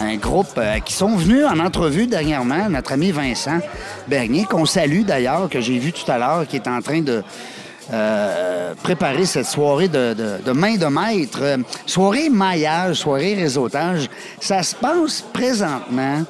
un groupe euh, qui sont venus en entrevue dernièrement, notre ami Vincent Bernier, qu'on salue d'ailleurs, que j'ai vu tout à l'heure, qui est en train de euh, préparer cette soirée de, de- de main de maître. Euh, soirée maillage, soirée réseautage, ça se passe présentement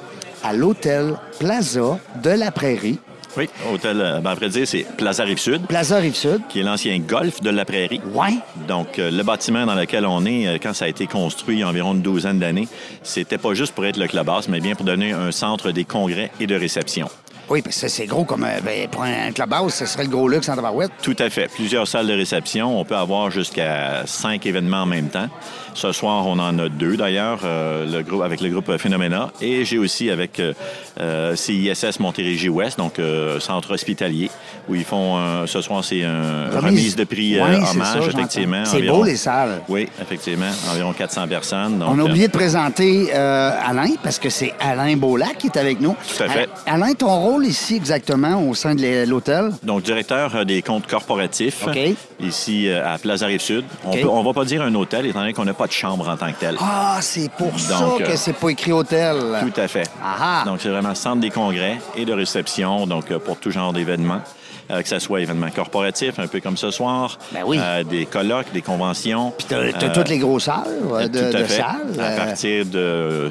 à l'hôtel Plaza de la Prairie. Oui, hôtel, euh, ben, à vrai dire, c'est Plaza Rive-Sud, Plaza Rive-Sud. qui est l'ancien golf de la Prairie. Ouais. Donc, euh, le bâtiment dans lequel on est, euh, quand ça a été construit il y a environ une douzaine d'années, c'était pas juste pour être le clubhouse, mais bien pour donner un centre des congrès et de réception. Oui, parce que c'est gros comme euh, ben, pour un clubhouse, ce serait le gros luxe en tabarouette. Tout à fait. Plusieurs salles de réception. On peut avoir jusqu'à cinq événements en même temps. Ce soir, on en a deux d'ailleurs, euh, le groupe avec le groupe Phénoména. Et j'ai aussi avec euh, euh, CISS Montérégie-Ouest, donc euh, centre hospitalier, où ils font euh, ce soir c'est un- une Remise. remise de prix euh, Ouais, c'est ça, hommage, j'entends. effectivement. C'est environ- beau, les salles. Oui, effectivement, environ 400 personnes. donc, On a euh, oublié de présenter euh, Alain, parce que c'est Alain Beaulac qui est avec nous. Tout à fait. Alain, Alain, ton rôle ici exactement au sein de l'hé- l'hôtel? Donc, directeur euh, des comptes corporatifs OK. ici euh, à Plaza Rive-Sud. On OK. peut- On ne va pas dire un hôtel, étant donné qu'on n'a pas de chambre en tant que tel. Ah, c'est pour ça Donc, euh, que c'est pas écrit hôtel. Tout à fait. Ah ah. Donc, c'est vraiment centre des congrès et de réception, donc euh, pour tout genre d'événements, euh, que ce soit événements corporatifs, un peu comme ce soir, Ben oui. euh, des colloques, des conventions. Euh, Puis T'as t'as toutes les grosseurs euh, de, tout à de fait. salles. À euh, partir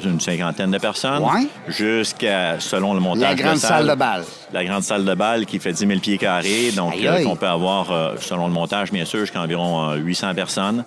d'une cinquantaine de personnes Ouais. jusqu'à, selon le montage La de grande salle de bal. La grande salle de bal qui fait 10 000 pieds carrés. Donc, Aïe, euh, aïe. qu'on peut avoir, euh, selon le montage, bien sûr, jusqu'à environ euh, 800 personnes.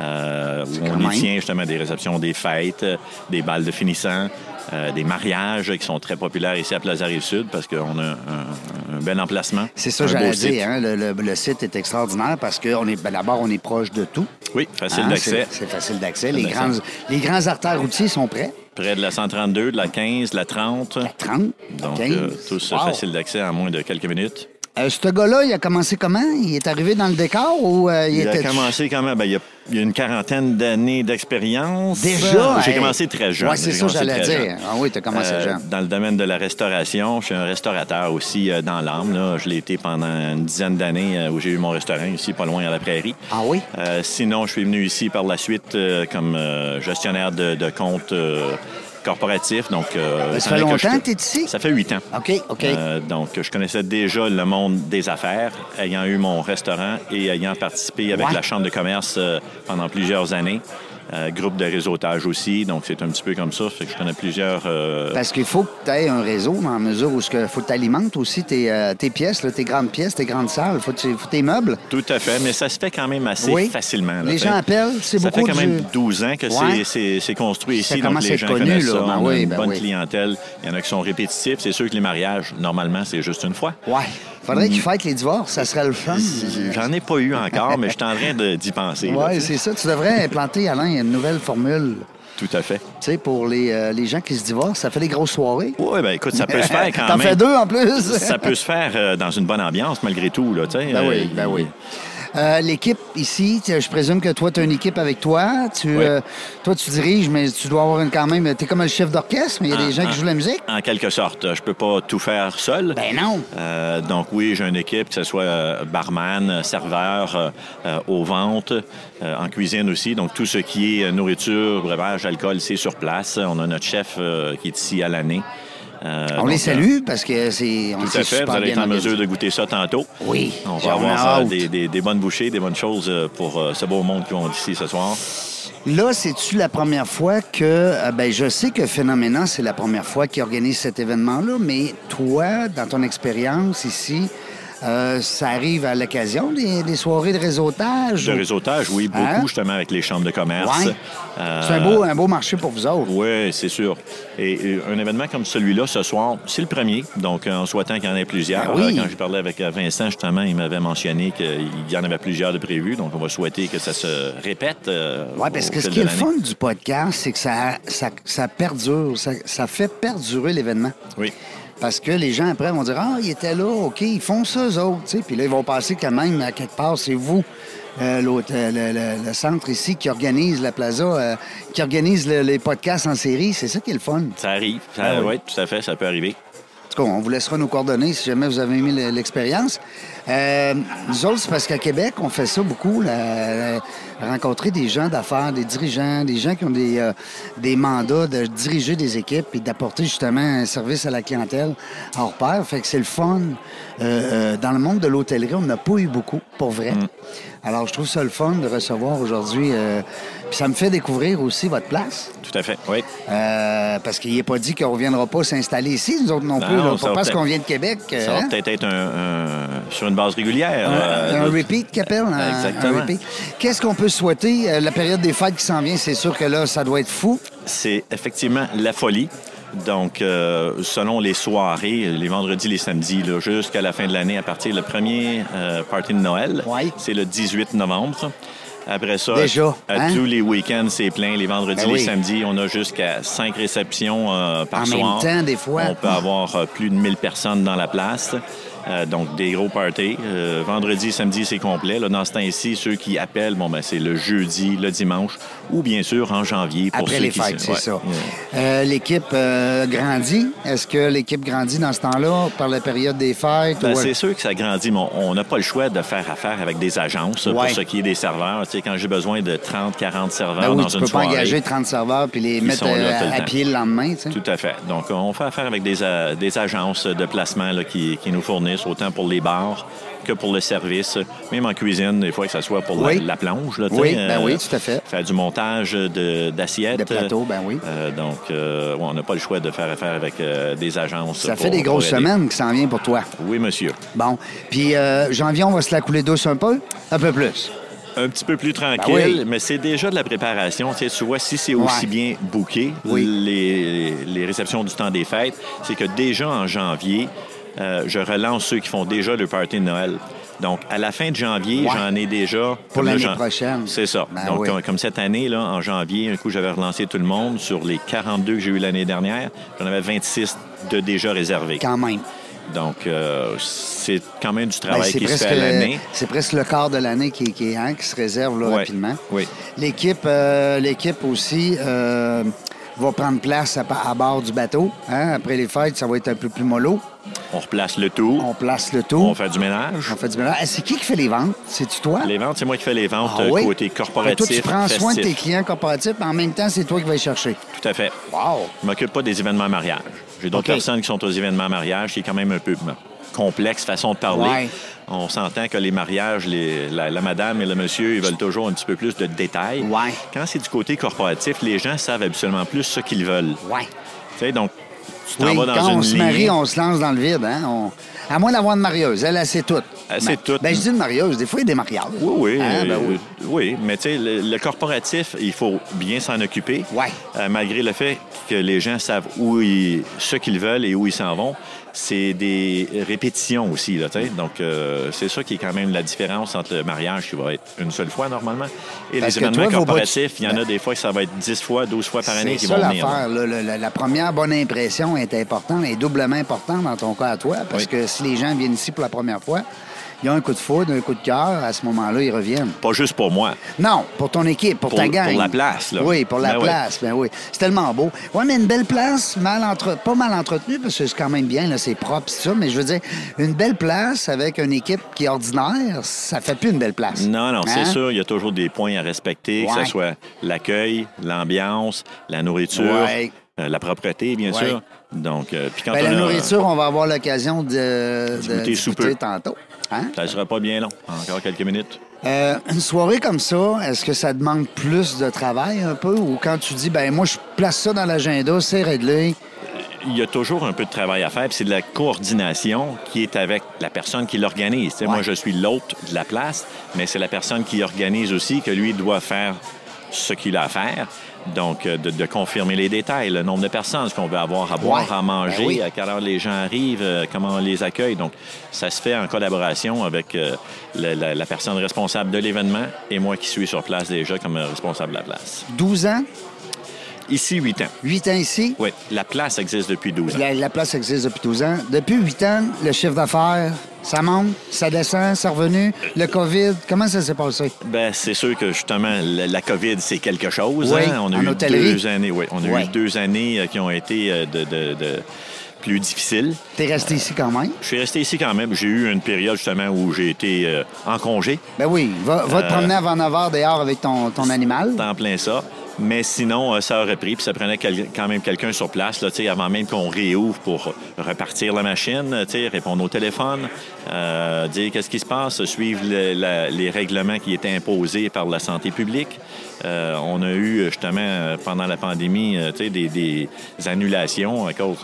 euh, où quand on y même. tient justement des réceptions, des fêtes, euh, des balles de finissant, euh, des mariages qui sont très populaires ici à Plaza Rive-Sud parce qu'on a un, un- un bel emplacement. C'est ça, un que j'allais beau site. dire. hein, le, le- le site est extraordinaire parce que on est, ben, d'abord, on est proche de tout. Oui, facile Hein, d'accès. C'est c'est facile d'accès. Les Facile grands, les grands artères routiers sont prêts. Près de la 132, de la 15, de la 30. La 30, la Ah. Donc, 15. euh, tout ça Wow. facile d'accès en moins de quelques minutes. Euh, ce gars-là, il a commencé comment? Il est arrivé dans le décor ou euh, il, Il a était... commencé quand même, ben, il, y a, il y a une quarantaine d'années d'expérience. Déjà, J'ai hey. commencé très jeune. Ouais, c'est J'ai ça, commencé j'allais très dire. jeune. Ah oui, t'as commencé jeune. Dans le domaine de la restauration, je suis un restaurateur aussi euh, dans l'âme. là. Je l'ai été pendant une dizaine d'années euh, où j'ai eu mon restaurant ici, pas loin à la prairie. Ah oui? Euh, sinon, je suis venu ici par la suite euh, comme euh, gestionnaire de, de compte euh, corporatif. Donc, euh, Ça fait étant donné je- longtemps que t'es ici? Ça fait huit ans. OK, OK. Euh, donc, je connaissais déjà le monde des affaires, ayant eu mon restaurant et ayant participé avec Ouais. la Chambre de commerce euh, pendant plusieurs années. Euh, groupe de réseautage aussi, donc c'est un petit peu comme ça. Fait que je connais plusieurs. euh, Parce qu'il faut que tu aies un réseau dans la mesure où il faut que tu alimentes aussi tes, euh, tes pièces, là, tes grandes pièces, tes grandes salles, faut, que tu- faut tes meubles. Tout à fait, mais ça se fait quand même assez Oui. facilement. là, Les t'sais. gens appellent, c'est beaucoup Ça fait quand du- même 12 ans que c'est- Ouais. c'est c'est construit Ça ici, donc commence à les être gens connu, connaissent là. ça. Ben On a oui, une ben bonne oui. clientèle. Il y en a qui sont répétitifs. C'est sûr que les mariages, normalement, c'est juste une fois. Ouais. Faudrait qu'ils fêtent les divorces, ça serait le fun. J'en ai pas eu encore, mais je suis en train de- d'y penser. là, Ouais, t'sais. c'est ça. Tu devrais implanter, Alain, une nouvelle formule. Tout à fait. Tu sais, pour les, euh, les gens qui se divorcent, ça fait des grosses soirées. Oui, ben écoute, ça peut se faire quand T'en même. fais deux en plus. ça peut se faire euh, dans une bonne ambiance malgré tout, là, tu sais. Ben Euh, oui, ben oui. Euh, L'équipe ici, tu- je présume que toi, tu as une équipe avec toi. Tu, Oui. euh, toi, tu diriges, mais tu dois avoir une, quand même. Tu es comme le chef d'orchestre, mais il y a en- des gens en- qui jouent la musique. En quelque sorte. Je peux pas tout faire seul. Ben non. Euh, donc oui, j'ai une équipe, que ce soit euh, barman, serveur, euh, euh, aux ventes, euh, en cuisine aussi. Donc tout ce qui est euh, nourriture, breuvage, alcool, c'est sur place. On a notre chef euh, qui est ici à l'année. Euh, on les donc, euh, salue parce que c'est. on Tout s'est à fait. super Vous allez bien être en mesure organisé. de goûter ça tantôt. Oui, j'en On va ai avoir euh, hâte. des, des- des bonnes bouchées, des bonnes choses euh, pour euh, ce beau monde qui vont d'ici ce soir. Là, c'est-tu la première fois que. euh, ben, je sais que Phénoména, c'est la première fois qu'ils organise cet événement-là, mais toi, dans ton expérience ici, euh, ça arrive à l'occasion des, des soirées de réseautage. De ou- réseautage, oui, beaucoup, Hein? justement, avec les chambres de commerce. Ouais. C'est un beau, un beau marché pour vous autres. Oui, c'est sûr. Et, euh, un événement comme celui-là, ce soir, c'est le premier. Donc, euh, en souhaitant qu'il y en ait plusieurs. Ben oui. Euh, Quand j'ai parlé avec euh, Vincent, justement, il m'avait mentionné qu'il y en avait plusieurs de prévus. Donc, on va souhaiter que ça se répète. euh, Oui, au parce que ce fil qui est de le l'année. fun du podcast, c'est que ça, ça, ça perdure, ça, ça fait perdurer l'événement. Oui. Parce que les gens après vont dire Ah, il était là, OK, ils font ça, eux autres. tu sais. Puis là, ils vont penser que même, à quelque part, c'est vous, euh, l'autre, euh, le, le- le centre ici, qui organise la plaza, euh, qui organise le- les podcasts en série. C'est ça qui est le fun. Ça arrive. Ça, Ah oui. ouais, tout à fait, ça peut arriver. En tout cas, on vous laissera nos coordonnées si jamais vous avez aimé le- l'expérience. Euh, nous autres, c'est parce qu'à Québec, on fait ça beaucoup, la- la- rencontrer des gens d'affaires, des dirigeants, des gens qui ont des, euh, des mandats de diriger des équipes et d'apporter justement un service à la clientèle hors pair. Fait que c'est le fun. Euh, euh, dans le monde de l'hôtellerie, on n'a pas eu beaucoup, pour vrai. Alors, je trouve ça le fun de recevoir aujourd'hui. euh, puis ça me fait découvrir aussi votre place. Tout à fait, oui. Euh, parce qu'il n'est pas dit qu'on ne reviendra pas s'installer ici, nous autres non, Non, plus. là. ça pas va parce peut-être- qu'on vient de Québec. Ça hein? va peut-être être un- un- sur une base régulière. Un, euh, un de- repeat qu'appelle. un- Exactement. un repeat. Qu'est-ce qu'on peut souhaiter? Euh, La période des fêtes qui s'en vient, c'est sûr que là, ça doit être fou. c'est effectivement la folie. Donc, euh, selon les soirées, les vendredis, les samedis, là, jusqu'à la fin de l'année, à partir le premier euh, party de Noël, Ouais. c'est le 18 novembre. ça. Après ça, Déjà, à hein? tous les week-ends, c'est plein. Les vendredis, Ben les oui. samedis, on a jusqu'à cinq réceptions euh, par En même soir. temps, des fois. On peut avoir euh, plus de 1000 personnes dans la place. Euh, donc, des gros parties. Euh, vendredi, samedi, c'est complet. Là, dans ce temps-ci, ceux qui appellent, bon, ben, c'est le jeudi, le dimanche, ou bien sûr en janvier. pour Après ceux les qui- fêtes, c'est ouais. ça. Ouais. Euh, l'équipe euh, grandit. Est-ce que l'équipe grandit dans ce temps-là par la période des fêtes? Ben, ou- euh, C'est sûr que ça grandit, mais on- on n'a pas le choix de faire affaire avec des agences pour Ouais. ce qui est des serveurs. Tu sais, quand j'ai besoin de 30, 40 serveurs Ben oui, dans tu une peux soirée, pas engager 30 serveurs puis les mettre sont là euh, tout le à, temps. pied le lendemain. tu sais. Tout à fait. Donc, on fait affaire avec des, euh, des agences de placement là, qui, qui nous fournissent autant pour les bars que pour le service, même en cuisine, des fois que ce soit pour la- Oui. la, plonge. Là, tu Oui, sais, euh, ben oui, tout à fait. Faire du montage de- d'assiettes. De plateaux, ben oui. Euh, donc, euh, ouais, on n'a pas le choix de faire affaire avec euh, des agences. Ça fait pour- des grosses pour aider. semaines qui s'en viennent pour toi. Oui, monsieur. Bon. Puis euh, janvier, on va se la couler douce un peu? Un peu plus. un petit peu plus tranquille, Ben oui. mais c'est déjà de la préparation. Tu, sais, tu vois, si c'est aussi Ouais. bien booké, Oui. les, les réceptions du temps des fêtes, c'est que déjà en janvier, euh, je relance ceux qui font déjà le party de Noël. Donc, à la fin de janvier, Ouais. j'en ai déjà... Pour comme là, l'année j'en- prochaine. C'est ça. Ben Donc, euh, oui. comme- comme cette année, là, en janvier, un coup, j'avais relancé tout le monde. Sur les 42 que j'ai eu l'année dernière, j'en avais 26 de déjà réservés. Quand même. Donc, euh, c'est quand même du Ben, travail c'est Ah qui se presque fait à l'année. c'est presque le quart de l'année qui, qui, est- hein, qui se réserve là, Ouais. rapidement. Oui. L'équipe, euh, l'équipe aussi euh, va prendre place à, à bord du bateau. hein. Après les fêtes, ça va être un peu plus mollo. On replace le tout. On place le On tout. fait du ménage. On fait du mélange. Ah, c'est qui qui fait les ventes? C'est-tu toi? Les ventes, c'est moi qui fais les ventes Ah euh, oui? côté corporatif. Fait que Toi, tu prends soin de tes festif. clients corporatifs, mais en même temps, c'est toi qui vas les chercher. Tout à fait. Wow! Je m'occupe pas des événements mariage. J'ai d'autres OK. personnes qui sont aux événements mariage, qui est quand même un peu ben, complexe façon de parler. Ouais. On s'entend que les mariages, les- la, la madame et le monsieur, ils veulent toujours un petit peu plus de détails. Ouais. Quand c'est du côté corporatif, les gens savent absolument plus ce qu'ils veulent. Ouais. Tu sais, donc, tu t'en Oui, vas dans quand une on se ligne. marie, on se lance dans le vide. Hein? On- À moins d'avoir une marieuse. Elle, elle sait tout. Elle sait Ben, tout. Ben, je dis une marieuse. Des fois, il y a des mariages. Oui, oui. Hein, ben euh, oui, mais tu sais, le, le corporatif, il faut bien s'en occuper. Ouais. Euh, malgré le fait que les gens savent où ils, ce qu'ils veulent et où ils s'en vont, c'est des répétitions aussi. Là, tu sais. Donc, euh, c'est ça qui est quand même la différence entre le mariage qui va être une seule fois normalement et Parce que les événements toi, vos corporatifs. bottes- Il y en a des fois que ça va être 10 fois, 12 fois par année C'est qui ça vont venir. là. l'affaire. là. Le- le- La première bonne impression est importante, est doublement importante dans ton cas à toi, parce Oui. que si les gens viennent ici pour la première fois, ils ont un coup de foudre, un coup de cœur, à ce moment-là, ils reviennent. Pas juste pour moi. Non, pour ton équipe, pour, Pour- ta gang. pour la place, là. Oui, pour la Ben oui. place, ben oui. C'est tellement beau. Oui, mais une belle place, mal entre... pas mal entretenue, parce que c'est quand même bien, là, c'est propre, c'est ça, mais je veux dire, une belle place avec une équipe qui est ordinaire, ça fait plus une belle place. Non, non, c'est Hein? sûr, il y a toujours des points à respecter, que Ouais. ce soit l'accueil, l'ambiance, la nourriture, Ouais. euh, la propreté, bien Ouais. sûr. Donc, euh, puis quand Ben, on la a- nourriture, on va avoir l'occasion de, de, goûter de sous goûter peu. tantôt. Hein? Ça ne sera pas bien long, encore quelques minutes. Euh, une soirée comme ça, est-ce que ça demande plus de travail un peu ou quand tu dis ben moi je place ça dans l'agenda, c'est réglé. Il y a toujours un peu de travail à faire, puis c'est de la coordination qui est avec la personne qui l'organise. Tu sais, Ouais. Moi, je suis l'hôte de la place, mais c'est la personne qui organise aussi que lui doit faire ce qu'il a à faire. Donc, euh, de, de confirmer les détails, le nombre de personnes, ce qu'on veut avoir à boire, Ouais. à manger, Ben oui. à quelle heure les gens arrivent, euh, comment on les accueille. Donc, ça se fait en collaboration avec euh, la, la- la personne responsable de l'événement et moi qui suis sur place déjà comme euh, responsable de la place. 12 ans Ici, 8 ans. 8 ans ici. Oui, la place existe depuis 12 ans. La, la place existe depuis 12 ans. Depuis 8 ans, le chiffre d'affaires, ça monte, ça descend, ça revenu. Le COVID, comment ça s'est passé? Ben, c'est sûr que justement, la, la COVID, c'est quelque chose. Oui, hein. On a en eu hôtellerie. deux années. Oui, on a Oui. eu deux années euh, qui ont été euh, de, de- de- plus difficiles. T'es resté ici quand même? Je suis resté ici quand même. J'ai eu une période justement où j'ai été euh, en congé, Ben oui, va, va te Euh, promener avant 9 h dehors avec ton, ton animal. en plein ça. Mais sinon, euh, ça aurait pris, puis ça prenait quel- quand même quelqu'un sur place, là, tu sais, avant même qu'on réouvre pour repartir la machine, euh, tu sais, répondre au téléphone, euh, dire qu'est-ce qui se passe, suivre le- la- les règlements qui étaient imposés par la santé publique. Euh, on a eu justement euh, pendant la pandémie euh, tu sais, des, des annulations à cause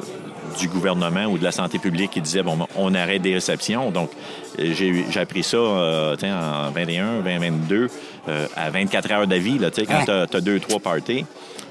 du gouvernement ou de la santé publique qui disait bon, on arrête des réceptions. Donc, euh, j'ai eu- j'ai appris ça euh, tu sais, en 21, 20, 22, euh, à 24 heures d'avis, là, tu sais, quand Ouais. tu as, deux, trois parties.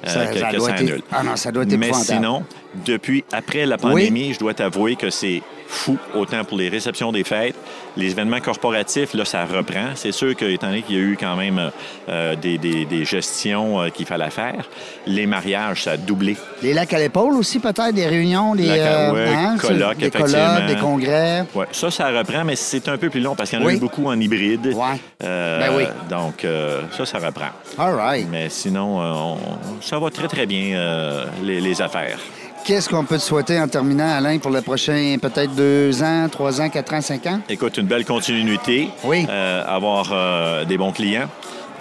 euh, Ça- que, ça que doit ça être- annule. ah non, ça doit être Mais épouvantable. sinon, depuis après la pandémie, je dois t'avouer que c'est fou, autant pour les réceptions des fêtes, les événements corporatifs, là, ça reprend. C'est sûr que, étant donné qu'il y a eu quand même euh, des, des- des gestions euh, qu'il fallait faire, les mariages, ça a doublé. Les lacs à l'épaule aussi, peut-être, des réunions, des, Lacs à- euh, ouais, tu- colloques, des colloques, effectivement. des congrès. Ouais, ça, ça reprend, mais c'est un peu plus long parce qu'il y en Oui. a eu beaucoup en hybride. Ouais. Euh, Ben oui. Donc, euh, ça, ça reprend. All right. Mais sinon, euh, on- ça va très, très bien, euh, les, les affaires. Qu'est-ce qu'on peut te souhaiter en terminant, Alain, pour les prochains peut-être deux ans, trois ans, quatre ans, cinq ans? Écoute, une belle continuité. Oui. Euh, avoir euh, des bons clients.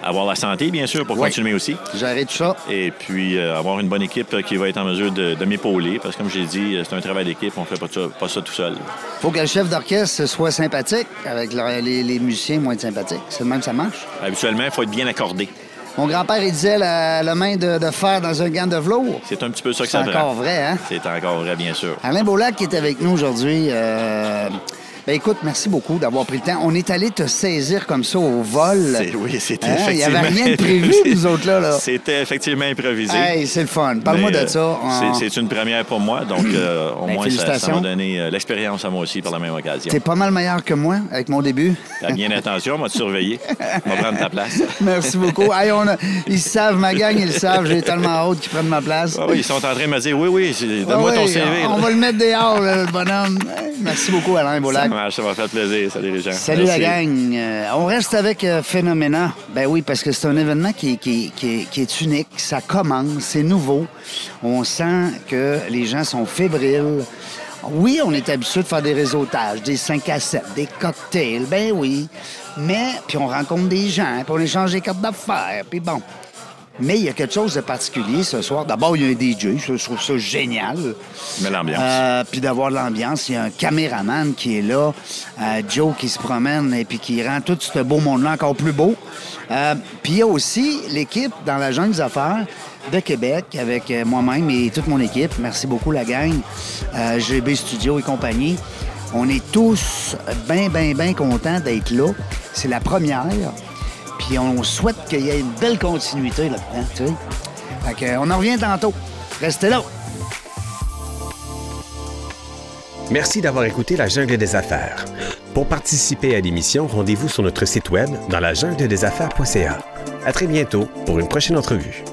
Avoir la santé, bien sûr, pour Oui. continuer aussi. J'arrête ça. Et puis, euh, avoir une bonne équipe qui va être en mesure de, de m'épauler. Parce que, comme j'ai dit, euh, c'est un travail d'équipe. On ne fait pas ça, pas ça tout seul. Faut que le chef d'orchestre soit sympathique, avec le- les, les musiciens moins sympathiques. C'est de même que ça marche. Habituellement, il faut être bien accordé. Mon grand-père, il disait la, la main de, de fer dans un gant de velours. C'est un petit peu ça que C'est ça prend. encore vrai, hein? C'est encore vrai, bien sûr. Alain Beaulac qui est avec nous aujourd'hui. euh, Ben écoute, merci beaucoup d'avoir pris le temps. On est allé te saisir comme ça au vol. C'est- Oui, c'était Hein? Il n'y effectivement... avait rien de prévu, nous autres, là. là. C'était effectivement improvisé. Hey, c'est le fun. Parle-moi Mais, de euh, ça. Ah, On- c'est- C'est une première pour moi, donc euh, au Ben, moins ça- ça félicitations. m'a donné euh, l'expérience à moi aussi par la même occasion. T'es pas mal meilleur que moi avec mon début. Fais bien attention, on va te surveiller. On va prendre ta place. Merci beaucoup. Hey, on a- Ils savent, ma gang, ils savent. J'ai tellement hâte qu'ils prennent ma place. Ah oui, ils sont en train de me dire oui, oui, c'est- donne-moi Ah ton oui, CV. On là. va le mettre dehors, là, le bonhomme. Hey, Merci beaucoup, Alain Ça Beaulac. marche, ça m'a fait plaisir. Salut les gens. Salut Merci. la gang. Euh, on reste avec euh, Phénoména. Ben oui, parce que c'est un événement qui, qui- qui- qui est unique. Ça commence, c'est nouveau. On sent que les gens sont fébriles. Oui, on est habitué de faire des réseautages, des 5 à 7, des cocktails. Ben oui. Mais, puis on rencontre des gens, puis on échange des cartes d'affaires, puis bon. Mais il y a quelque chose de particulier ce soir. D'abord, il y a un DJ, je trouve ça génial. Mais l'ambiance. Euh, puis d'avoir de l'ambiance. Il y a un caméraman qui est là, euh, Joe qui se promène et puis qui rend tout ce beau monde-là encore plus beau. Euh, puis il y a aussi l'équipe dans la jungle des affaires de Québec avec euh, moi-même et toute mon équipe. Merci beaucoup, la gang. Euh, GB Studio et compagnie. On est tous bien, bien, bien contents d'être là. C'est la première. Puis on souhaite qu'il y ait une belle continuité là-dedans. tu sais. Fait que, euh, on en revient tantôt. Restez là. Merci d'avoir écouté La Jungle des Affaires. Pour participer à l'émission, rendez-vous sur notre site web dans la jungle des affaires.ca. À très bientôt pour une prochaine entrevue.